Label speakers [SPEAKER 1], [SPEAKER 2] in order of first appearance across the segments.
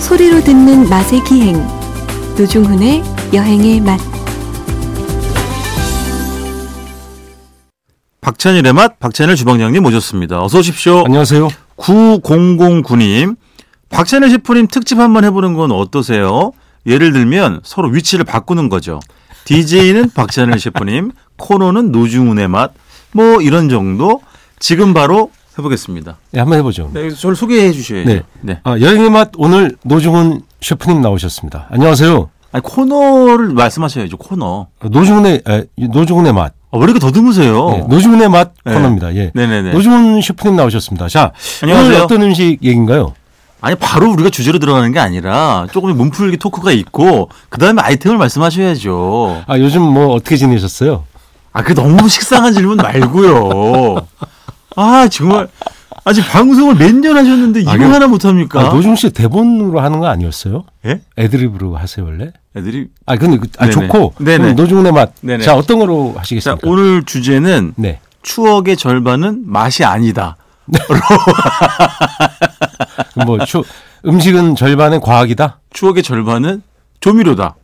[SPEAKER 1] 소리로 듣는 맛의 기행 노중훈의 여행의 맛
[SPEAKER 2] 박찬일의 맛, 박찬일 주방장님 모셨습니다. 어서 오십시오.
[SPEAKER 3] 안녕하세요.
[SPEAKER 2] 9009님. 박찬일 셰프님 특집 한번 해보는 건 어떠세요? 예를 들면 서로 위치를 바꾸는 거죠. DJ는 박찬일 셰프님, 코너는 노중훈의 맛, 뭐 이런 정도. 지금 바로 해보겠습니다.
[SPEAKER 3] 네, 한번 해보죠.
[SPEAKER 2] 네, 저를 소개해 주셔야죠.
[SPEAKER 3] 네.
[SPEAKER 2] 네.
[SPEAKER 3] 아, 여행의 맛 오늘 노중훈 셰프님 나오셨습니다. 안녕하세요.
[SPEAKER 2] 아니, 코너를 말씀하셔야죠, 코너.
[SPEAKER 3] 노중훈의 에, 노중훈의 맛.
[SPEAKER 2] 아, 왜 이렇게 더듬으세요?
[SPEAKER 3] 네, 노중훈의 맛
[SPEAKER 2] 네.
[SPEAKER 3] 코너입니다. 예.
[SPEAKER 2] 네. 네네
[SPEAKER 3] 노중훈 셰프님 나오셨습니다. 자, 오늘
[SPEAKER 2] 안녕하세요.
[SPEAKER 3] 어떤 음식 얘기인가요?
[SPEAKER 2] 아니, 바로 우리가 주제로 들어가는 게 아니라 조금 몸풀기 토크가 있고, 그 다음에 아이템을 말씀하셔야죠.
[SPEAKER 3] 아, 요즘 뭐 어떻게 지내셨어요?
[SPEAKER 2] 아, 그 너무 식상한 질문 말고요. 아, 정말 아직 방송을 몇 년 하셨는데 이거
[SPEAKER 3] 아니요.
[SPEAKER 2] 하나 못
[SPEAKER 3] 아,
[SPEAKER 2] 합니까?
[SPEAKER 3] 노중훈 씨 대본으로 하는 거 아니었어요?
[SPEAKER 2] 예?
[SPEAKER 3] 애드립으로 하세요 원래?
[SPEAKER 2] 애들이
[SPEAKER 3] 아, 근데 그, 아,
[SPEAKER 2] 네네.
[SPEAKER 3] 좋고
[SPEAKER 2] 네네.
[SPEAKER 3] 그럼 노중훈의 맛.
[SPEAKER 2] 네네.
[SPEAKER 3] 자, 어떤 거로
[SPEAKER 2] 자,
[SPEAKER 3] 하시겠습니까?
[SPEAKER 2] 오늘 주제는
[SPEAKER 3] 그러니까. 네.
[SPEAKER 2] 추억의 절반은 맛이 아니다.
[SPEAKER 3] 뭐 추, 음식은 절반의 과학이다.
[SPEAKER 2] 추억의 절반은 조미료다.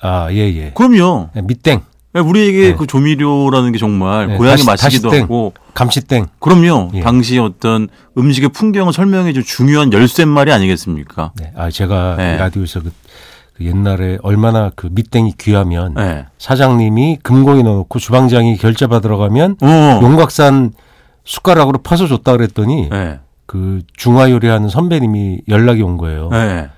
[SPEAKER 3] 아, 예, 예.
[SPEAKER 2] 그럼요.
[SPEAKER 3] 네, 밑땡,
[SPEAKER 2] 우리에게
[SPEAKER 3] 네.
[SPEAKER 2] 그 조미료라는 게 정말
[SPEAKER 3] 네,
[SPEAKER 2] 고향의
[SPEAKER 3] 다시-
[SPEAKER 2] 맛이기도
[SPEAKER 3] 다시땡.
[SPEAKER 2] 하고
[SPEAKER 3] 감치땡.
[SPEAKER 2] 그럼요.
[SPEAKER 3] 예.
[SPEAKER 2] 당시 어떤 음식의 풍경을 설명해 줄 중요한 열쇠말이 아니겠습니까?
[SPEAKER 3] 네, 아 제가
[SPEAKER 2] 네.
[SPEAKER 3] 라디오에서 그, 그 옛날에 얼마나 그 밑땡이 귀하면
[SPEAKER 2] 예.
[SPEAKER 3] 사장님이 금고에 넣어놓고 주방장이 결제 받으러 가면
[SPEAKER 2] 어.
[SPEAKER 3] 네. 용각산 숟가락으로 퍼서 줬다 그랬더니
[SPEAKER 2] 예.
[SPEAKER 3] 그 중화 요리하는 선배님이 연락이 온 거예요.
[SPEAKER 2] 예.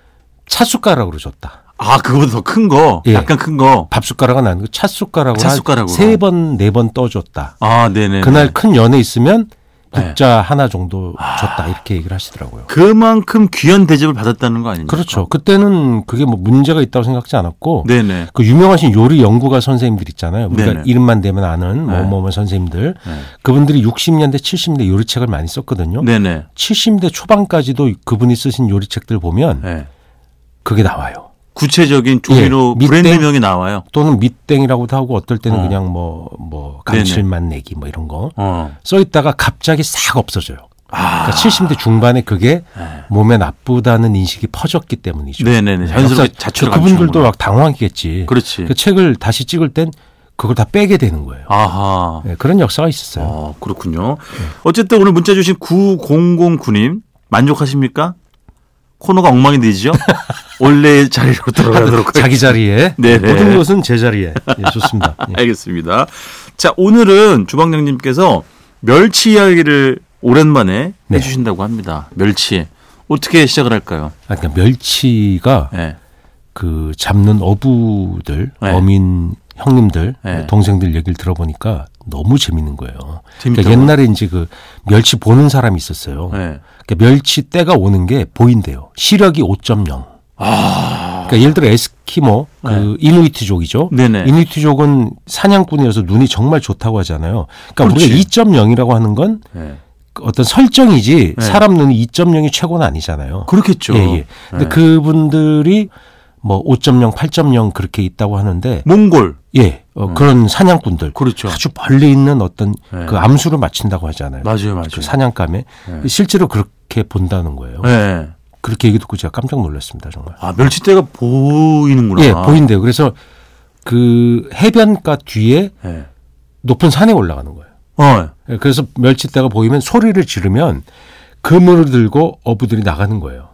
[SPEAKER 3] 찻 숟가락으로 줬다.
[SPEAKER 2] 아, 그거보다 더 큰 거.
[SPEAKER 3] 예.
[SPEAKER 2] 약간 큰 거.
[SPEAKER 3] 밥 숟가락은 아니고 찻 숟가락으로
[SPEAKER 2] 찻 숟가락으로.
[SPEAKER 3] 세번 네 번 떠줬다.
[SPEAKER 2] 아, 네네.
[SPEAKER 3] 그날 큰 연애 있으면
[SPEAKER 2] 네. 아.
[SPEAKER 3] 국자 하나 정도 줬다 이렇게 얘기를 하시더라고요.
[SPEAKER 2] 그만큼 귀한 대접을 받았다는 거 아닙니까?
[SPEAKER 3] 그렇죠. 그때는 그게 뭐 문제가 있다고 생각지 않았고
[SPEAKER 2] 네네.
[SPEAKER 3] 그 유명하신 요리 연구가 선생님들 있잖아요. 우리가
[SPEAKER 2] 네네.
[SPEAKER 3] 이름만 대면 아는
[SPEAKER 2] 네.
[SPEAKER 3] 뭐뭐뭐 선생님들.
[SPEAKER 2] 네.
[SPEAKER 3] 그분들이 60년대, 70년대 요리책을 많이 썼거든요.
[SPEAKER 2] 네네.
[SPEAKER 3] 70년대 초반까지도 그분이 쓰신 요리책들 보면
[SPEAKER 2] 네.
[SPEAKER 3] 그게 나와요.
[SPEAKER 2] 구체적인 조미료
[SPEAKER 3] 예, 밑에-
[SPEAKER 2] 브랜드명이 나와요.
[SPEAKER 3] 또는 밑땡이라고도 하고 어떨 때는
[SPEAKER 2] 어.
[SPEAKER 3] 그냥 뭐, 뭐, 감칠맛 내기 뭐 이런 거.
[SPEAKER 2] 어.
[SPEAKER 3] 써 있다가 갑자기 싹 없어져요.
[SPEAKER 2] 아.
[SPEAKER 3] 그러니까 70대 중반에 그게
[SPEAKER 2] 네.
[SPEAKER 3] 몸에 나쁘다는 인식이 퍼졌기 때문이죠. 그러니까
[SPEAKER 2] 네네네. 자연스럽게
[SPEAKER 3] 그래서
[SPEAKER 2] 자취를
[SPEAKER 3] 그렇죠. 그분들도
[SPEAKER 2] 감추는구나.
[SPEAKER 3] 막 당황했겠지.
[SPEAKER 2] 그렇지.
[SPEAKER 3] 그 책을 다시 찍을 땐 그걸 다 빼게 되는 거예요. 예.
[SPEAKER 2] 아하.
[SPEAKER 3] 네, 그런 역사가 있었어요.
[SPEAKER 2] 어, 그렇군요. 어쨌든 오늘 문자 주신 9009님 만족하십니까? 코너가 엉망이 되죠? 원래 자리로 돌아가도록 하겠습니다.
[SPEAKER 3] 자기 자리에
[SPEAKER 2] 그 네, 네.
[SPEAKER 3] 모든 것은 제 자리에 예, 좋습니다. 예.
[SPEAKER 2] 알겠습니다. 자, 오늘은 주방장님께서 멸치 이야기를 오랜만에
[SPEAKER 3] 네.
[SPEAKER 2] 해주신다고 합니다. 멸치. 어떻게 시작을 할까요?
[SPEAKER 3] 아, 그러니까 멸치가
[SPEAKER 2] 네.
[SPEAKER 3] 그 잡는 어부들,
[SPEAKER 2] 네.
[SPEAKER 3] 어민 형님들,
[SPEAKER 2] 네.
[SPEAKER 3] 동생들 얘기를 들어보니까 너무 재밌는 거예요. 그러니까
[SPEAKER 2] 재밌더라고요.
[SPEAKER 3] 옛날에 이제 그 멸치 보는 사람이 있었어요.
[SPEAKER 2] 네.
[SPEAKER 3] 그러니까 멸치 때가 오는 게 보인대요. 시력이 5.0. 그러니까 예를 들어 에스키모, 그 이누이트족이죠.
[SPEAKER 2] 아. 네. 네네.
[SPEAKER 3] 이누이트족은 사냥꾼이어서 눈이 정말 좋다고 하잖아요. 그러니까
[SPEAKER 2] 그렇지.
[SPEAKER 3] 우리가 2.0이라고 하는 건
[SPEAKER 2] 네.
[SPEAKER 3] 그 어떤 설정이지
[SPEAKER 2] 네.
[SPEAKER 3] 사람 눈이 2.0이 최고는 아니잖아요.
[SPEAKER 2] 그렇겠죠.
[SPEAKER 3] 예, 예. 근데
[SPEAKER 2] 네.
[SPEAKER 3] 그분들이 뭐 5.0, 8.0 그렇게 있다고 하는데
[SPEAKER 2] 몽골.
[SPEAKER 3] 예. 어, 그런 사냥꾼들
[SPEAKER 2] 음. 그렇죠.
[SPEAKER 3] 아주 멀리 있는 어떤
[SPEAKER 2] 네.
[SPEAKER 3] 그 암수를 맞춘다고 하잖아요.
[SPEAKER 2] 맞아요, 맞아요.
[SPEAKER 3] 그 사냥감에
[SPEAKER 2] 네.
[SPEAKER 3] 실제로 그렇게 본다는 거예요.
[SPEAKER 2] 네.
[SPEAKER 3] 그렇게 얘기 듣고 제가 깜짝 놀랐습니다, 정말.
[SPEAKER 2] 아, 멸치대가 보이는구나.
[SPEAKER 3] 예, 보인대요. 그래서 그 해변가 뒤에
[SPEAKER 2] 네.
[SPEAKER 3] 높은 산에 올라가는 거예요.
[SPEAKER 2] 어.
[SPEAKER 3] 예, 그래서 멸치대가 보이면 소리를 지르면 그물을 들고 어부들이 나가는 거예요.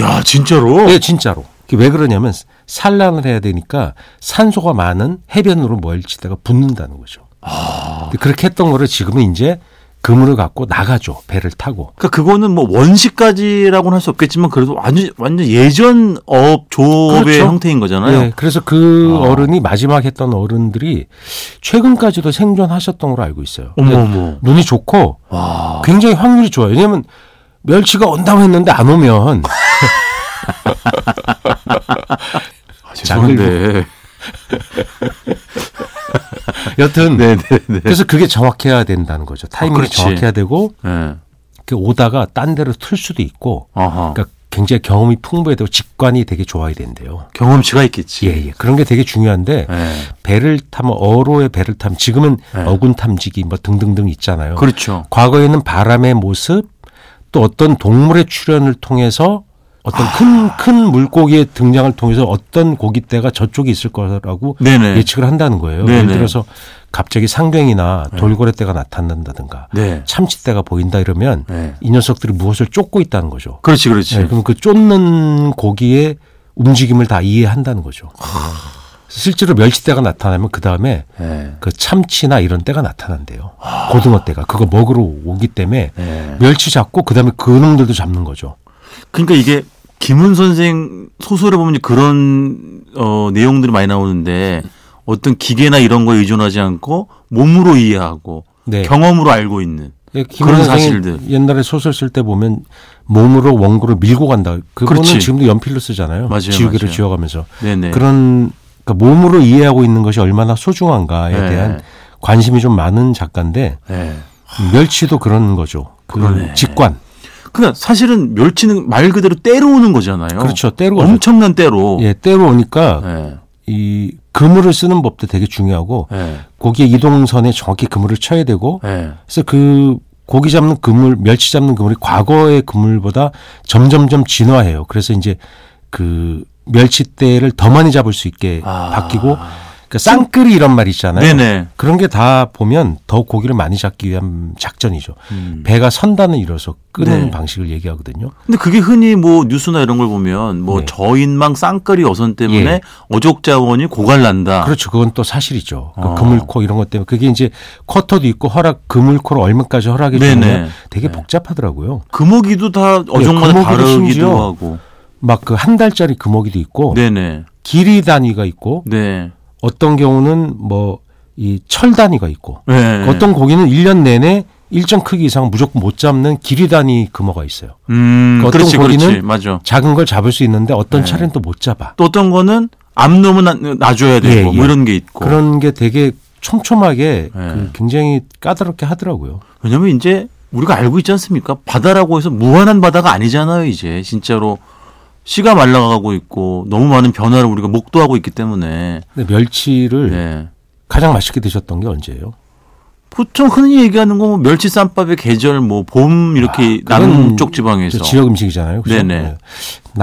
[SPEAKER 2] 야, 진짜로?
[SPEAKER 3] 예, 진짜로. 그게 왜 그러냐면 산란을 해야 되니까 산소가 많은 해변으로 멸치대가 붙는다는 거죠.
[SPEAKER 2] 아.
[SPEAKER 3] 근데 그렇게 했던 거를 지금은 이제 그물을 갖고 나가죠. 배를 타고.
[SPEAKER 2] 그러니까 그거는 뭐 원시까지라고는 할 수 없겠지만 그래도 완전 완전 예전 업 조업의
[SPEAKER 3] 그렇죠.
[SPEAKER 2] 형태인 거잖아요.
[SPEAKER 3] 예, 그래서 그
[SPEAKER 2] 아.
[SPEAKER 3] 어른이 마지막 했던 어른들이 최근까지도 생존하셨던 걸로 알고 있어요.
[SPEAKER 2] 어머 어머.
[SPEAKER 3] 눈이 좋고
[SPEAKER 2] 와.
[SPEAKER 3] 굉장히 확률이 좋아요. 왜냐면 멸치가 온다고 했는데 안 오면
[SPEAKER 2] 아, 죄송한데.
[SPEAKER 3] 여튼
[SPEAKER 2] 네, 네, 네. 아,
[SPEAKER 3] 그래서 그게 정확해야 된다는 거죠. 타이밍이
[SPEAKER 2] 그렇지.
[SPEAKER 3] 정확해야 되고
[SPEAKER 2] 예.
[SPEAKER 3] 그 오다가 딴 데로 틀 수도 있고
[SPEAKER 2] 아하.
[SPEAKER 3] 그러니까 굉장히 경험이 풍부해야 되고 직관이 되게 좋아야 된대요.
[SPEAKER 2] 경험치가 있겠지.
[SPEAKER 3] 예, 예. 그런 게 되게 중요한데
[SPEAKER 2] 예.
[SPEAKER 3] 배를 타면 어로의 배를 타면 지금은
[SPEAKER 2] 네.
[SPEAKER 3] 어군 탐지기 뭐 등등등 있잖아요.
[SPEAKER 2] 그렇죠.
[SPEAKER 3] 과거에는 바람의 모습 또 어떤 동물의 출현을 통해서
[SPEAKER 2] 아.
[SPEAKER 3] 어떤 큰, 큰 물고기의 등장을 통해서 어떤 고깃대가 저쪽에 있을 거라고
[SPEAKER 2] 네네.
[SPEAKER 3] 예측을 한다는 거예요. 예를
[SPEAKER 2] 네네.
[SPEAKER 3] 들어서 갑자기 상경이나 돌고래대가 나타난다든가
[SPEAKER 2] 네.
[SPEAKER 3] 참치대가 보인다 이러면
[SPEAKER 2] 네.
[SPEAKER 3] 이 녀석들이 무엇을 쫓고 있다는 거죠.
[SPEAKER 2] 그렇지, 그렇지.
[SPEAKER 3] 네, 그럼 그 쫓는 고기의 움직임을 다 이해한다는 거죠. 실제로 멸치대가 나타나면 그 다음에
[SPEAKER 2] 네.
[SPEAKER 3] 그 참치나 이런 때가 나타난대요. 고등어대가 그거 먹으러 오기 때문에
[SPEAKER 2] 네.
[SPEAKER 3] 멸치 잡고 그 다음에 그놈들도 잡는 거죠.
[SPEAKER 2] 그러니까 이게 김훈 선생 소설에 보면 이제 그런 어, 내용들이 많이 나오는데 어떤 기계나 이런 거에 의존하지 않고 몸으로 이해하고
[SPEAKER 3] 네.
[SPEAKER 2] 경험으로 알고 있는.
[SPEAKER 3] 예,
[SPEAKER 2] 그런
[SPEAKER 3] 김원장이
[SPEAKER 2] 사실들.
[SPEAKER 3] 옛날에 소설 쓸 때 보면 몸으로 원고를 밀고 간다. 그거는
[SPEAKER 2] 그렇지.
[SPEAKER 3] 지금도 연필로 쓰잖아요.
[SPEAKER 2] 맞아요,
[SPEAKER 3] 지우개를
[SPEAKER 2] 맞아요.
[SPEAKER 3] 지워가면서
[SPEAKER 2] 네네.
[SPEAKER 3] 그런 그러니까 몸으로 이해하고 있는 것이 얼마나 소중한가에
[SPEAKER 2] 네.
[SPEAKER 3] 대한 관심이 좀 많은 작가인데
[SPEAKER 2] 네.
[SPEAKER 3] 멸치도 그런 거죠. 그
[SPEAKER 2] 그러네.
[SPEAKER 3] 직관.
[SPEAKER 2] 그러니까 사실은 멸치는 말 그대로 때려오는 거잖아요.
[SPEAKER 3] 그렇죠. 때로 가죠.
[SPEAKER 2] 어, 엄청난 때로.
[SPEAKER 3] 예, 때로 오니까
[SPEAKER 2] 네.
[SPEAKER 3] 이 그물을 쓰는 법도 되게 중요하고
[SPEAKER 2] 네.
[SPEAKER 3] 고기의 이동선에 정확히 그물을 쳐야 되고
[SPEAKER 2] 네.
[SPEAKER 3] 그래서 그 고기 잡는 그물, 멸치 잡는 그물이 과거의 그물보다 점점점 진화해요. 그래서 이제 그 멸치대를 더 많이 잡을 수 있게
[SPEAKER 2] 아.
[SPEAKER 3] 바뀌고 그 쌍끌이 이런 말 있잖아요.
[SPEAKER 2] 네네.
[SPEAKER 3] 그런 게 다 보면 더 고기를 많이 잡기 위한 작전이죠.
[SPEAKER 2] 음.
[SPEAKER 3] 배가 선단을 이뤄서 끄는
[SPEAKER 2] 네.
[SPEAKER 3] 방식을 얘기하거든요.
[SPEAKER 2] 근데 그게 흔히 뭐 뉴스나 이런 걸 보면 뭐
[SPEAKER 3] 네.
[SPEAKER 2] 저인망 쌍거리 어선 때문에
[SPEAKER 3] 예.
[SPEAKER 2] 어족자원이 고갈난다.
[SPEAKER 3] 그렇죠. 그건 또 사실이죠. 그
[SPEAKER 2] 어.
[SPEAKER 3] 그물코 이런 것 때문에 그게 이제 쿼터도 있고 허락 그물코를 얼마까지 허락해
[SPEAKER 2] 네네.
[SPEAKER 3] 주느냐 되게
[SPEAKER 2] 네.
[SPEAKER 3] 복잡하다고요.
[SPEAKER 2] 금어기도 다 어종마다
[SPEAKER 3] 예, 금어기도 심지어
[SPEAKER 2] 다르기도 하고.
[SPEAKER 3] 막 그 한 달짜리 금어기도 있고
[SPEAKER 2] 네네.
[SPEAKER 3] 길이 단위가 있고
[SPEAKER 2] 네.
[SPEAKER 3] 어떤 경우는 뭐 이 철 단위가 있고
[SPEAKER 2] 네.
[SPEAKER 3] 어떤 고기는 1년 내내 일정 크기 이상 무조건 못 잡는 길이 단위 금어가 있어요.
[SPEAKER 2] 음,
[SPEAKER 3] 그 어떤
[SPEAKER 2] 그렇지, 그렇지.
[SPEAKER 3] 고기는
[SPEAKER 2] 맞아. 네.
[SPEAKER 3] 작은 걸 잡을 수 있는데 어떤 차례는 또 못 잡아.
[SPEAKER 2] 또 어떤 거는 암놈은 놔- 놔줘야 되고
[SPEAKER 3] 예, 예.
[SPEAKER 2] 뭐 이런 게 있고.
[SPEAKER 3] 그런 게 되게 촘촘하게
[SPEAKER 2] 네.
[SPEAKER 3] 그 굉장히 까다롭게 하더라고요.
[SPEAKER 2] 왜냐면 이제 우리가 알고 있지 않습니까? 바다라고 해서 무한한 바다가 아니잖아요, 이제. 진짜로 씨가 말라가고 있고 너무 많은 변화를 우리가 목도하고 있기 때문에.
[SPEAKER 3] 근데 멸치를
[SPEAKER 2] 네.
[SPEAKER 3] 가장 맛있게 드셨던 게 언제예요?
[SPEAKER 2] 보통 흔히 얘기하는 거뭐 멸치 쌈밥의 계절 뭐 봄 이렇게
[SPEAKER 3] 아, 그건
[SPEAKER 2] 남쪽 지방에서
[SPEAKER 3] 저 지역 음식이잖아요. 그죠?
[SPEAKER 2] 네네.
[SPEAKER 3] 네.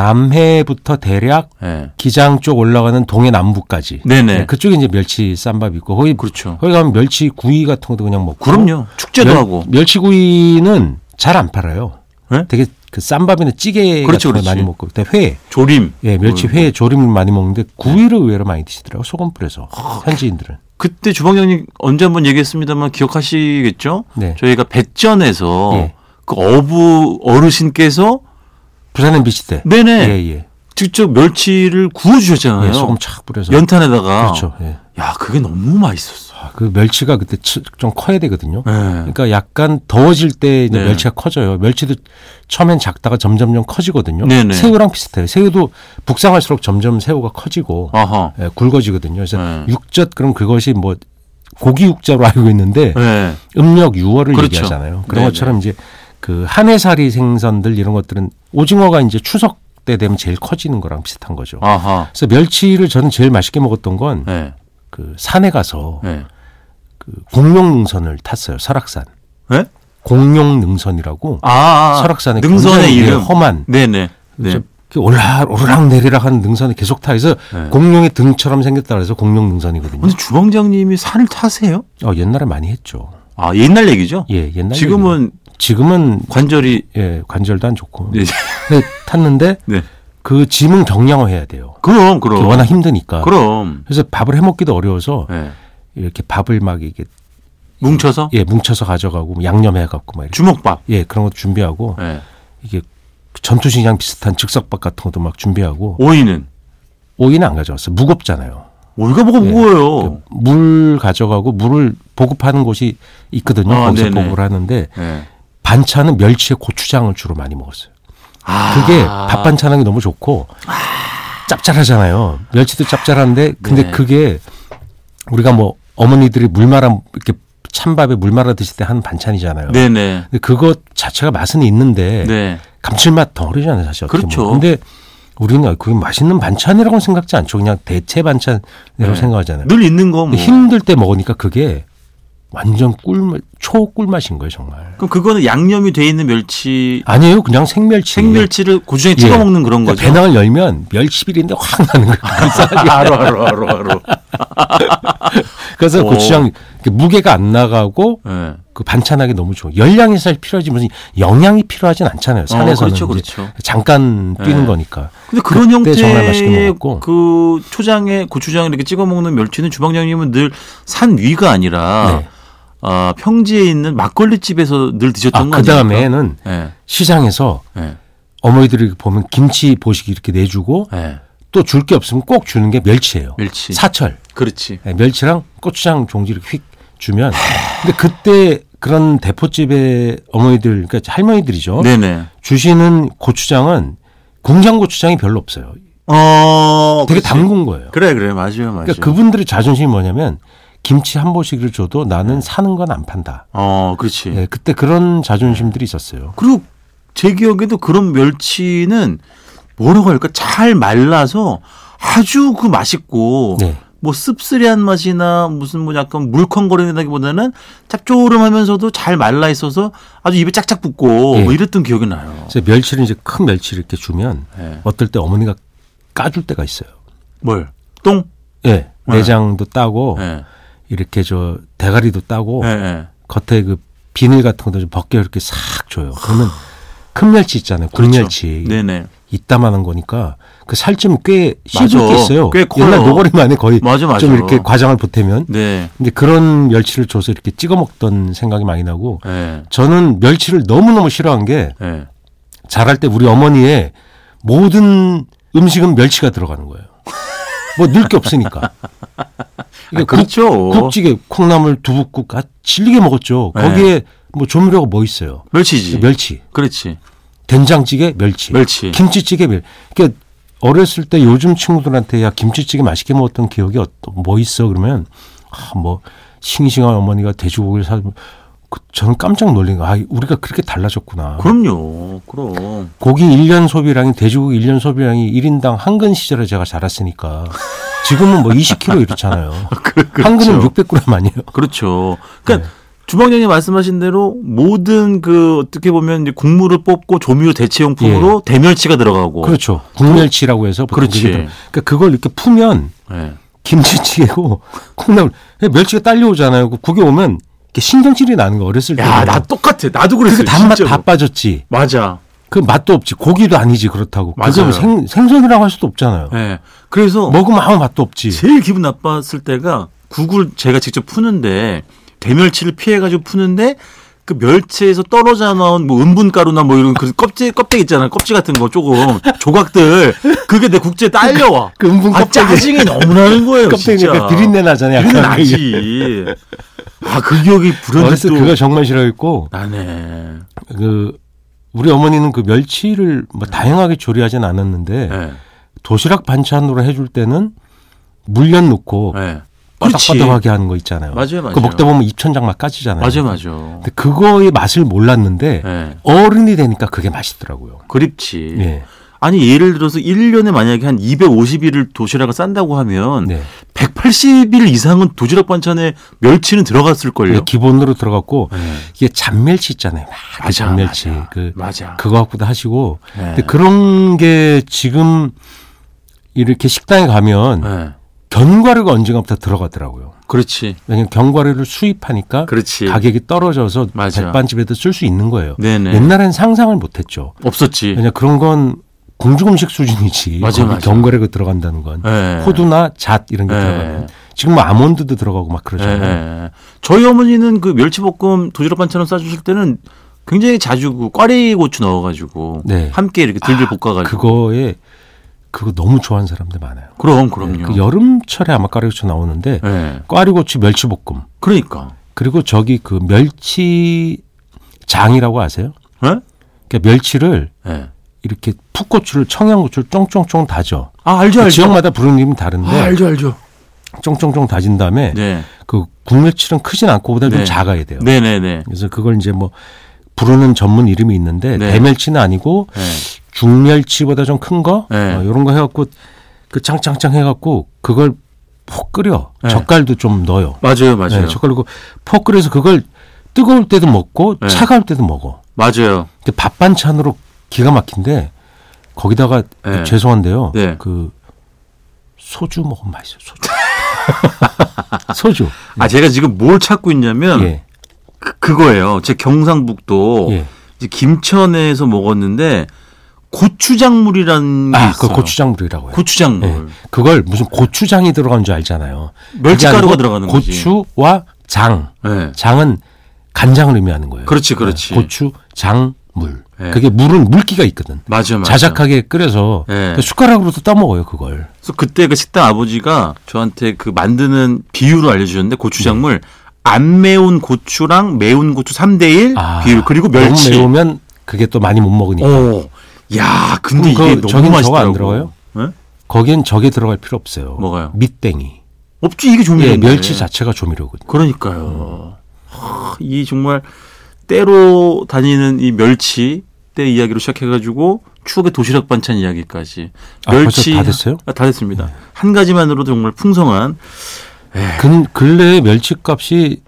[SPEAKER 3] 남해부터 대략
[SPEAKER 2] 네.
[SPEAKER 3] 기장 쪽 올라가는 동해 남부까지.
[SPEAKER 2] 네네.
[SPEAKER 3] 네, 그쪽에 이제 멸치 쌈밥 있고 거기
[SPEAKER 2] 그렇죠.
[SPEAKER 3] 거기 가면 멸치 구이 같은 것도 그냥 먹고.
[SPEAKER 2] 그럼요. 축제도
[SPEAKER 3] 어? 멸-
[SPEAKER 2] 하고.
[SPEAKER 3] 멸치 구이는 잘 안 팔아요.
[SPEAKER 2] 네?
[SPEAKER 3] 되게 그 쌈밥이나 찌개
[SPEAKER 2] 그렇죠,
[SPEAKER 3] 같은 거
[SPEAKER 2] 그렇지.
[SPEAKER 3] 많이 먹고 그때 회.
[SPEAKER 2] 조림.
[SPEAKER 3] 예, 멸치
[SPEAKER 2] 뭐, 뭐.
[SPEAKER 3] 회 조림을 많이 먹는데 구이를 의외로 많이 드시더라고. 소금 뿌려서.
[SPEAKER 2] 아,
[SPEAKER 3] 현지인들은.
[SPEAKER 2] 그때 주방장님 언제 한번 얘기했습니다만 기억하시겠죠?
[SPEAKER 3] 네.
[SPEAKER 2] 저희가 배전에서
[SPEAKER 3] 예.
[SPEAKER 2] 그 어부 어르신께서
[SPEAKER 3] 부산 MBC 때.
[SPEAKER 2] 그- 네네.
[SPEAKER 3] 예, 예.
[SPEAKER 2] 직접 멸치를 구워 주셨잖아요. 아.
[SPEAKER 3] 예, 소금 착 뿌려서.
[SPEAKER 2] 연탄에다가.
[SPEAKER 3] 그렇죠. 예.
[SPEAKER 2] 야, 그게 너무 맛있었어.
[SPEAKER 3] 아, 그 멸치가 그때 치- 좀 커야 되거든요.
[SPEAKER 2] 예.
[SPEAKER 3] 그러니까 약간 더워질 때 이제
[SPEAKER 2] 네.
[SPEAKER 3] 멸치가 커져요. 멸치도 처음엔 작다가 점점점 커지거든요.
[SPEAKER 2] 네네.
[SPEAKER 3] 새우랑 비슷해요. 새우도 북상할수록 점점 새우가 커지고
[SPEAKER 2] 아하.
[SPEAKER 3] 예, 굵어지거든요. 그래서
[SPEAKER 2] 네.
[SPEAKER 3] 육젓 그럼 그것이 뭐 고기 육자로 알고 있는데
[SPEAKER 2] 예.
[SPEAKER 3] 음력 6월을
[SPEAKER 2] 그렇죠.
[SPEAKER 3] 얘기하잖아요. 그런
[SPEAKER 2] 네네.
[SPEAKER 3] 것처럼 이제 그 한해살이 생선들 이런 것들은 오징어가 이제 추석 때 되면 제일 커지는 거랑 비슷한 거죠.
[SPEAKER 2] 아하.
[SPEAKER 3] 그래서 멸치를 저는 제일 맛있게 먹었던 건 그
[SPEAKER 2] 예.
[SPEAKER 3] 산에 가서
[SPEAKER 2] 예.
[SPEAKER 3] 그 공룡능선을 탔어요. 설악산.
[SPEAKER 2] 예?
[SPEAKER 3] 공룡능선이라고
[SPEAKER 2] 아, 아, 아.
[SPEAKER 3] 설악산의
[SPEAKER 2] 능선의
[SPEAKER 3] 굉장히 예,
[SPEAKER 2] 이름.
[SPEAKER 3] 험한
[SPEAKER 2] 네네. 네.
[SPEAKER 3] 이렇게 올라 오르락 내리락 하는 능선을 계속 타 해서
[SPEAKER 2] 네.
[SPEAKER 3] 공룡의 등처럼 생겼다 그래서 공룡 능선이거든요.
[SPEAKER 2] 근데 주방장님이 산을 타세요?
[SPEAKER 3] 어, 옛날에 많이 했죠.
[SPEAKER 2] 아, 옛날 얘기죠?
[SPEAKER 3] 예, 옛날
[SPEAKER 2] 지금은
[SPEAKER 3] 지금은
[SPEAKER 2] 관절이
[SPEAKER 3] 예, 관절도 안 좋고.
[SPEAKER 2] 네.
[SPEAKER 3] 근데 탔는데
[SPEAKER 2] 네.
[SPEAKER 3] 그 짐은 경량화 해야 돼요.
[SPEAKER 2] 그럼
[SPEAKER 3] 이게
[SPEAKER 2] 그럼.
[SPEAKER 3] 워낙 힘드니까.
[SPEAKER 2] 그럼.
[SPEAKER 3] 그래서 밥을 해 먹기도 어려워서
[SPEAKER 2] 예.
[SPEAKER 3] 이렇게 밥을 막 이게
[SPEAKER 2] 어? 뭉쳐서
[SPEAKER 3] 예, 뭉쳐서 가져가고 양념해 갖고 막 이렇게
[SPEAKER 2] 주먹밥.
[SPEAKER 3] 예, 그런 것도 준비하고
[SPEAKER 2] 예.
[SPEAKER 3] 이게 그 전투식량 비슷한 즉석밥 같은 것도 막 준비하고
[SPEAKER 2] 오이는
[SPEAKER 3] 오이는 안 가져왔어요. 무겁잖아요.
[SPEAKER 2] 오이가 뭐가 무거워요.
[SPEAKER 3] 그물 가져가고 물을 보급하는 곳이 있거든요.
[SPEAKER 2] 아,
[SPEAKER 3] 거기서
[SPEAKER 2] 네네.
[SPEAKER 3] 보급을 하는데
[SPEAKER 2] 예.
[SPEAKER 3] 반찬은 멸치에 고추장을 주로 많이 먹었어요.
[SPEAKER 2] 아.
[SPEAKER 3] 그게 밥 반찬하기 너무 좋고 짭짤하잖아요. 멸치도 짭짤한데 근데
[SPEAKER 2] 네.
[SPEAKER 3] 그게 우리가 뭐 어머니들이 물 말아 이렇게 찬밥에 물 말아 드실 때 하는 반찬이잖아요.
[SPEAKER 2] 네네.
[SPEAKER 3] 근데 그것 자체가 맛은 있는데
[SPEAKER 2] 네.
[SPEAKER 3] 감칠맛 덜이잖아요, 사실. 어떻게
[SPEAKER 2] 그렇죠.
[SPEAKER 3] 보면. 근데 우리는 그게 맛있는 반찬이라고 생각지 않죠. 그냥 대체 반찬이라고
[SPEAKER 2] 네.
[SPEAKER 3] 생각하잖아요.
[SPEAKER 2] 늘 있는 거
[SPEAKER 3] 근데
[SPEAKER 2] 뭐.
[SPEAKER 3] 힘들 때 먹으니까 그게 완전 꿀맛, 초 꿀맛인 거예요, 정말.
[SPEAKER 2] 그럼 그거는 양념이 돼 있는 멸치
[SPEAKER 3] 아니에요, 그냥 생멸치.
[SPEAKER 2] 생멸치를 고추장에 찍어
[SPEAKER 3] 예.
[SPEAKER 2] 먹는 그런
[SPEAKER 3] 그러니까
[SPEAKER 2] 거죠. 아,
[SPEAKER 3] 배낭을 열면 멸치비린데 확 나는 거예요.
[SPEAKER 2] 알어 알어 알어 알어.
[SPEAKER 3] 그래서
[SPEAKER 2] 오.
[SPEAKER 3] 고추장 이렇게 무게가 안 나가고
[SPEAKER 2] 예.
[SPEAKER 3] 그 반찬하기 너무 좋아. 열량이 사실 필요하지 무슨 영양이 필요하진 않잖아요. 산에서는
[SPEAKER 2] 그렇죠,
[SPEAKER 3] 이제
[SPEAKER 2] 그렇죠.
[SPEAKER 3] 잠깐 뛰는
[SPEAKER 2] 네.
[SPEAKER 3] 거니까.
[SPEAKER 2] 근데 그런
[SPEAKER 3] 어, 그때 정말 맛있게
[SPEAKER 2] 형태의
[SPEAKER 3] 먹었고.
[SPEAKER 2] 그 초장에 고추장에 이렇게 찍어 먹는 멸치는 주방장님은 늘 산 위가 아니라
[SPEAKER 3] 네.
[SPEAKER 2] 아, 평지에 있는 막걸리 집에서 늘 드셨던
[SPEAKER 3] 아,
[SPEAKER 2] 거
[SPEAKER 3] 그
[SPEAKER 2] 아닙니까?
[SPEAKER 3] 다음에는
[SPEAKER 2] 예.
[SPEAKER 3] 시장에서
[SPEAKER 2] 예.
[SPEAKER 3] 어머니들이 보면 김치 보식 이렇게 내주고
[SPEAKER 2] 예.
[SPEAKER 3] 또 줄 게 없으면 꼭 주는 게 멸치예요.
[SPEAKER 2] 멸치.
[SPEAKER 3] 사철.
[SPEAKER 2] 그렇지.
[SPEAKER 3] 네, 멸치랑 고추장 종지 이렇게 휙 주면. 근데 그때 그런 대포집의 어머니들, 그러니까 할머니들이죠.
[SPEAKER 2] 네네.
[SPEAKER 3] 주시는 고추장은 궁장 고추장이 별로 없어요.
[SPEAKER 2] 어.
[SPEAKER 3] 되게
[SPEAKER 2] 그렇지.
[SPEAKER 3] 담근 거예요.
[SPEAKER 2] 그래 그래 맞아요 맞아요.
[SPEAKER 3] 그러니까 그분들의 자존심이 뭐냐면 김치 한 보씩을 줘도 나는
[SPEAKER 2] 네.
[SPEAKER 3] 사는 건 안 판다.
[SPEAKER 2] 어 그렇지.
[SPEAKER 3] 예, 그때 그런 자존심들이 있었어요.
[SPEAKER 2] 그리고 제 기억에도 그런 멸치는 뭐라고 할까 잘 말라서 아주 그 맛있고
[SPEAKER 3] 네.
[SPEAKER 2] 뭐 씁쓸한 맛이나 무슨 뭐 약간 물컹거리는다기보다는 짭조름하면서도 잘 말라 있어서 아주 입에 짝짝 붙고
[SPEAKER 3] 예.
[SPEAKER 2] 뭐 이랬던 기억이 나요.
[SPEAKER 3] 그래서 멸치를 이제 큰 멸치를 이렇게 주면
[SPEAKER 2] 예.
[SPEAKER 3] 어떨 때 어머니가 까줄 때가 있어요.
[SPEAKER 2] 뭘? 똥? 네.
[SPEAKER 3] 예, 내장도 따고
[SPEAKER 2] 예.
[SPEAKER 3] 이렇게 저 대가리도 따고
[SPEAKER 2] 예, 예.
[SPEAKER 3] 겉에 그 비늘 같은 것도 좀 벗겨 이렇게 싹 줘요. 그러면 큰 멸치 있잖아요. 굴멸치.
[SPEAKER 2] 그렇죠. 네네.
[SPEAKER 3] 이따만한 거니까 그 살점이 꽤 씹을
[SPEAKER 2] 맞아.
[SPEAKER 3] 게 있어요.
[SPEAKER 2] 꽤 커요.
[SPEAKER 3] 옛날 노가리만에 거의
[SPEAKER 2] 맞아, 맞아.
[SPEAKER 3] 좀 이렇게 과장을 보태면
[SPEAKER 2] 네.
[SPEAKER 3] 근데 그런 멸치를 줘서 이렇게 찍어 먹던 생각이 많이 나고
[SPEAKER 2] 예.
[SPEAKER 3] 저는 멸치를 너무너무 싫어한 게
[SPEAKER 2] 예.
[SPEAKER 3] 자랄 때 우리 어머니의 모든 음식은 멸치가 들어가는 거예요. 뭐 넣을 게 없으니까. 이게
[SPEAKER 2] 아, 그렇죠.
[SPEAKER 3] 국, 국찌개, 콩나물, 두부국 아, 질리게 먹었죠.
[SPEAKER 2] 네.
[SPEAKER 3] 거기에 뭐 조미료가 뭐 있어요?
[SPEAKER 2] 멸치지.
[SPEAKER 3] 멸치.
[SPEAKER 2] 그렇지.
[SPEAKER 3] 된장찌개 멸치.
[SPEAKER 2] 멸치.
[SPEAKER 3] 김치찌개 멸치. 그러니까 어렸을 때 요즘 친구들한테 야 김치찌개 맛있게 먹었던 기억이 어떠, 뭐 있어 그러면 아, 뭐 싱싱한 어머니가 돼지고기를 사 그, 저는 깜짝 놀린 거야. 아, 우리가 그렇게 달라졌구나.
[SPEAKER 2] 그럼요. 그럼.
[SPEAKER 3] 고기 1년 소비량이 돼지고기 1년 소비량이 1인당 한 근 시절에 제가 자랐으니까 지금은 뭐 20kg 이렇잖아요. 한 근은 600g 아니에요.
[SPEAKER 2] 그렇죠. 그러니까
[SPEAKER 3] 네.
[SPEAKER 2] 주방장님 말씀하신 대로 모든 그 어떻게 보면 이제 국물을 뽑고 조미료 대체용품으로 대멸치가 들어가고.
[SPEAKER 3] 예. 그렇죠. 국멸치라고 해서 보통
[SPEAKER 2] 그렇지.
[SPEAKER 3] 그게 들- 그러니까 그걸 이렇게 풀면
[SPEAKER 2] 예.
[SPEAKER 3] 김치찌개고 콩나물 멸치가 딸려오잖아요. 그 국에 오면 이렇게 신경질이 나는 거 어렸을 때.
[SPEAKER 2] 야, 나 똑같아. 나도 그랬어.
[SPEAKER 3] 그 단맛
[SPEAKER 2] 진짜로. 뭐
[SPEAKER 3] 다 빠졌지.
[SPEAKER 2] 맞아.
[SPEAKER 3] 그 맛도 없지. 고기도 아니지 그렇다고.
[SPEAKER 2] 맞아요.
[SPEAKER 3] 그거 생, 생선이라고 할 수도 없잖아요.
[SPEAKER 2] 예. 그래서
[SPEAKER 3] 먹으면 아무 맛도 없지.
[SPEAKER 2] 제일 기분 나빴을 때가 국을 제가 직접 푸는데 대멸치를 피해가지고 푸는데 그 멸치에서 떨어져 나온 뭐 은분가루나 뭐 이런 그 껍질 껍데기 있잖아 껍질 같은 거 조금 조각들 그게 내 국제에 딸려와
[SPEAKER 3] 그 은분
[SPEAKER 2] 아,
[SPEAKER 3] 껍데기.
[SPEAKER 2] 짜증이 너무 나는 거예요 진짜
[SPEAKER 3] 껍데기에 비린내 나잖아요. 약간.
[SPEAKER 2] 비린내 나지 아그 기억이
[SPEAKER 3] 어렸을 때
[SPEAKER 2] 불현듯도
[SPEAKER 3] 그거 정말 싫어했고
[SPEAKER 2] 나네
[SPEAKER 3] 그 우리 어머니는 그 멸치를 뭐
[SPEAKER 2] 네.
[SPEAKER 3] 다양하게 조리하진 않았는데
[SPEAKER 2] 예,
[SPEAKER 3] 도시락 반찬으로 해줄 때는 물엿 넣고
[SPEAKER 2] 예. 그렇지.
[SPEAKER 3] 바닥바닥하게 하는 거 있잖아요.
[SPEAKER 2] 맞아요, 맞아요.
[SPEAKER 3] 그 먹다 보면 입천장 막 까지잖아요.
[SPEAKER 2] 맞아 맞아
[SPEAKER 3] 근데 그거의 맛을 몰랐는데
[SPEAKER 2] 예.
[SPEAKER 3] 어른이 되니까 그게 맛있더라고요.
[SPEAKER 2] 그립지
[SPEAKER 3] 예.
[SPEAKER 2] 아니 예를 들어서 1년에 만약에 한 250일을 도시락을 싼다고 하면
[SPEAKER 3] 네.
[SPEAKER 2] 180일 이상은 도시락 반찬에 멸치는 들어갔을
[SPEAKER 3] 그게
[SPEAKER 2] 걸요.
[SPEAKER 3] 기본으로 들어갔고
[SPEAKER 2] 네.
[SPEAKER 3] 이게 잔멸치 있잖아요. 막그
[SPEAKER 2] 맞아,
[SPEAKER 3] 잔멸치.
[SPEAKER 2] 맞아.
[SPEAKER 3] 그
[SPEAKER 2] 맞아.
[SPEAKER 3] 그거 갖고도 하시고.
[SPEAKER 2] 네.
[SPEAKER 3] 근데 그런 게 지금 이렇게 식당에 가면
[SPEAKER 2] 네.
[SPEAKER 3] 견과류가 언젠가부터 들어가더라고요.
[SPEAKER 2] 그렇지.
[SPEAKER 3] 왜냐면 견과류를 수입하니까
[SPEAKER 2] 그렇지.
[SPEAKER 3] 가격이 떨어져서
[SPEAKER 2] 맞아.
[SPEAKER 3] 백반집에도 쓸 수 있는 거예요.
[SPEAKER 2] 네네.
[SPEAKER 3] 옛날엔 상상을 못했죠.
[SPEAKER 2] 없었지.
[SPEAKER 3] 왜냐 그런 건 공중 음식 수준이지.
[SPEAKER 2] 맞아,
[SPEAKER 3] 거기
[SPEAKER 2] 맞아.
[SPEAKER 3] 견과류가 들어간다는 건
[SPEAKER 2] 네.
[SPEAKER 3] 호두나 잣 이런 게
[SPEAKER 2] 네.
[SPEAKER 3] 들어가면 지금 뭐 아몬드도 들어가고 막 그러잖아요.
[SPEAKER 2] 예. 저희 어머니는 그 멸치볶음 도시락 반찬으로 싸주실 때는 굉장히 자주 그 꽈리 고추 넣어가지고
[SPEAKER 3] 네.
[SPEAKER 2] 함께 이렇게 들들 볶아가지고
[SPEAKER 3] 그거에 그거 너무 좋아하는 사람들 많아요.
[SPEAKER 2] 그럼
[SPEAKER 3] 네,
[SPEAKER 2] 그럼요.
[SPEAKER 3] 그 여름철에 아마 까리고추 나오는데
[SPEAKER 2] 예.
[SPEAKER 3] 꽈리고추 멸치볶음
[SPEAKER 2] 그러니까.
[SPEAKER 3] 그리고 저기 그 멸치 장이라고 아세요?
[SPEAKER 2] 예?
[SPEAKER 3] 그러니까 멸치를
[SPEAKER 2] 예.
[SPEAKER 3] 이렇게 풋고추를 청양고추를 쫑쫑쫑 다져.
[SPEAKER 2] 아 알죠
[SPEAKER 3] 그
[SPEAKER 2] 알죠.
[SPEAKER 3] 지역마다 부르는 이름이 다른데
[SPEAKER 2] 아 알죠 알죠.
[SPEAKER 3] 쫑쫑쫑 다진 다음에
[SPEAKER 2] 네.
[SPEAKER 3] 그 국물칠은 크진 않고 보다
[SPEAKER 2] 네.
[SPEAKER 3] 좀 작아야 돼요.
[SPEAKER 2] 네네네.
[SPEAKER 3] 그래서 그걸 이제 뭐 부르는 전문 이름이 있는데
[SPEAKER 2] 네.
[SPEAKER 3] 대멸치는 아니고
[SPEAKER 2] 예.
[SPEAKER 3] 중멸치보다 좀 큰 거,
[SPEAKER 2] 네.
[SPEAKER 3] 어, 이런 거 해갖고 그 짱짱짱 해갖고 그걸 푹 끓여.
[SPEAKER 2] 네.
[SPEAKER 3] 젓갈도 좀 넣어요.
[SPEAKER 2] 맞아요, 맞아요.
[SPEAKER 3] 네, 젓갈 넣고 푹 끓여서 그걸 뜨거울 때도 먹고
[SPEAKER 2] 네.
[SPEAKER 3] 차가울 때도 먹어.
[SPEAKER 2] 맞아요.
[SPEAKER 3] 근데 밥 반찬으로 기가 막힌데 거기다가
[SPEAKER 2] 네.
[SPEAKER 3] 죄송한데요.
[SPEAKER 2] 네.
[SPEAKER 3] 그 소주 먹으면 맛있어요. 소주. 소주.
[SPEAKER 2] 아 제가 지금 뭘 찾고 있냐면
[SPEAKER 3] 네. 예.
[SPEAKER 2] 그, 그거예요. 제 경상북도
[SPEAKER 3] 예.
[SPEAKER 2] 이제 김천에서 먹었는데 고추장물이라는 게
[SPEAKER 3] 아,
[SPEAKER 2] 있어요.
[SPEAKER 3] 그 고추장물이라고 해요.
[SPEAKER 2] 고추장물.
[SPEAKER 3] 예. 그걸 무슨 고추장이 들어간 줄 알잖아요.
[SPEAKER 2] 멸치가루가
[SPEAKER 3] 그게 아니고
[SPEAKER 2] 들어가는 거지.
[SPEAKER 3] 고추와 장.
[SPEAKER 2] 예.
[SPEAKER 3] 장은 간장을 의미하는 거예요.
[SPEAKER 2] 그렇지, 그렇지.
[SPEAKER 3] 고추장물.
[SPEAKER 2] 예.
[SPEAKER 3] 그게 물은 물기가 있거든.
[SPEAKER 2] 맞아, 맞아.
[SPEAKER 3] 자작하게 끓여서
[SPEAKER 2] 예.
[SPEAKER 3] 숟가락으로도 따먹어요, 그걸.
[SPEAKER 2] 그래서 그때 그 식당 아버지가 저한테 그 만드는 비율을 알려주셨는데 고추장물 안 매운 고추랑 매운 고추 3대1
[SPEAKER 3] 아,
[SPEAKER 2] 비율 그리고 멸치. 어.
[SPEAKER 3] 너무 매우면 그게 또 많이 못 먹으니까.
[SPEAKER 2] 오, 야, 근데
[SPEAKER 3] 그럼
[SPEAKER 2] 이게
[SPEAKER 3] 그
[SPEAKER 2] 너무
[SPEAKER 3] 저기는
[SPEAKER 2] 맛있더라고.
[SPEAKER 3] 저거 안 들어가요?
[SPEAKER 2] 예?
[SPEAKER 3] 거긴 저게 들어갈 필요 없어요.
[SPEAKER 2] 뭐가요?
[SPEAKER 3] 밑땡이.
[SPEAKER 2] 없지 이게
[SPEAKER 3] 예,
[SPEAKER 2] 조미료.
[SPEAKER 3] 멸치 자체가 조미료거든요.
[SPEAKER 2] 그러니까요. 하, 이 정말 때로 다니는 이 멸치 때 이야기로 시작해가지고 추억의 도시락 반찬 이야기까지.
[SPEAKER 3] 아, 벌써 다 됐어요?
[SPEAKER 2] 아, 다 됐습니다. 한 가지만으로도 정말 풍성한. 네.
[SPEAKER 3] 근, 근래 멸치값이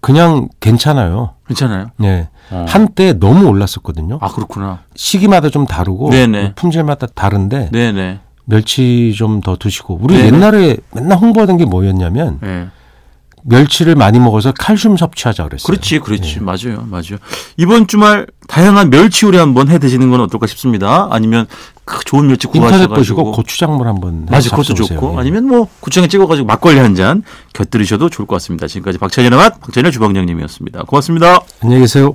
[SPEAKER 3] 그냥 괜찮아요.
[SPEAKER 2] 괜찮아요.
[SPEAKER 3] 예.
[SPEAKER 2] 어.
[SPEAKER 3] 한때 너무 올랐었거든요.
[SPEAKER 2] 아 그렇구나.
[SPEAKER 3] 시기마다 좀 다르고
[SPEAKER 2] 네네.
[SPEAKER 3] 품질마다 다른데
[SPEAKER 2] 네네.
[SPEAKER 3] 멸치 좀 더 드시고 우리
[SPEAKER 2] 네네.
[SPEAKER 3] 옛날에 맨날 홍보하던 게 뭐였냐면
[SPEAKER 2] 예.
[SPEAKER 3] 멸치를 많이 먹어서 칼슘 섭취하자 그랬어요.
[SPEAKER 2] 그렇지,
[SPEAKER 3] 네.
[SPEAKER 2] 그렇지. 맞아요, 맞아요. 이번 주말 다양한 멸치 요리 한번 해 드시는 건 어떨까 싶습니다. 아니면 그 좋은 멸치
[SPEAKER 3] 인터넷 보시고
[SPEAKER 2] 구하셔가지고.
[SPEAKER 3] 고추장물 한번
[SPEAKER 2] 맞아,
[SPEAKER 3] 해서
[SPEAKER 2] 그것도
[SPEAKER 3] 잡숴보세요.
[SPEAKER 2] 좋고
[SPEAKER 3] 예.
[SPEAKER 2] 아니면 뭐 고추장에 찍어가지고 막걸리 한 잔 곁들이셔도 좋을 것 같습니다. 지금까지 박찬일의 맛, 박찬일 주방장님이었습니다. 고맙습니다.
[SPEAKER 3] 안녕히 계세요.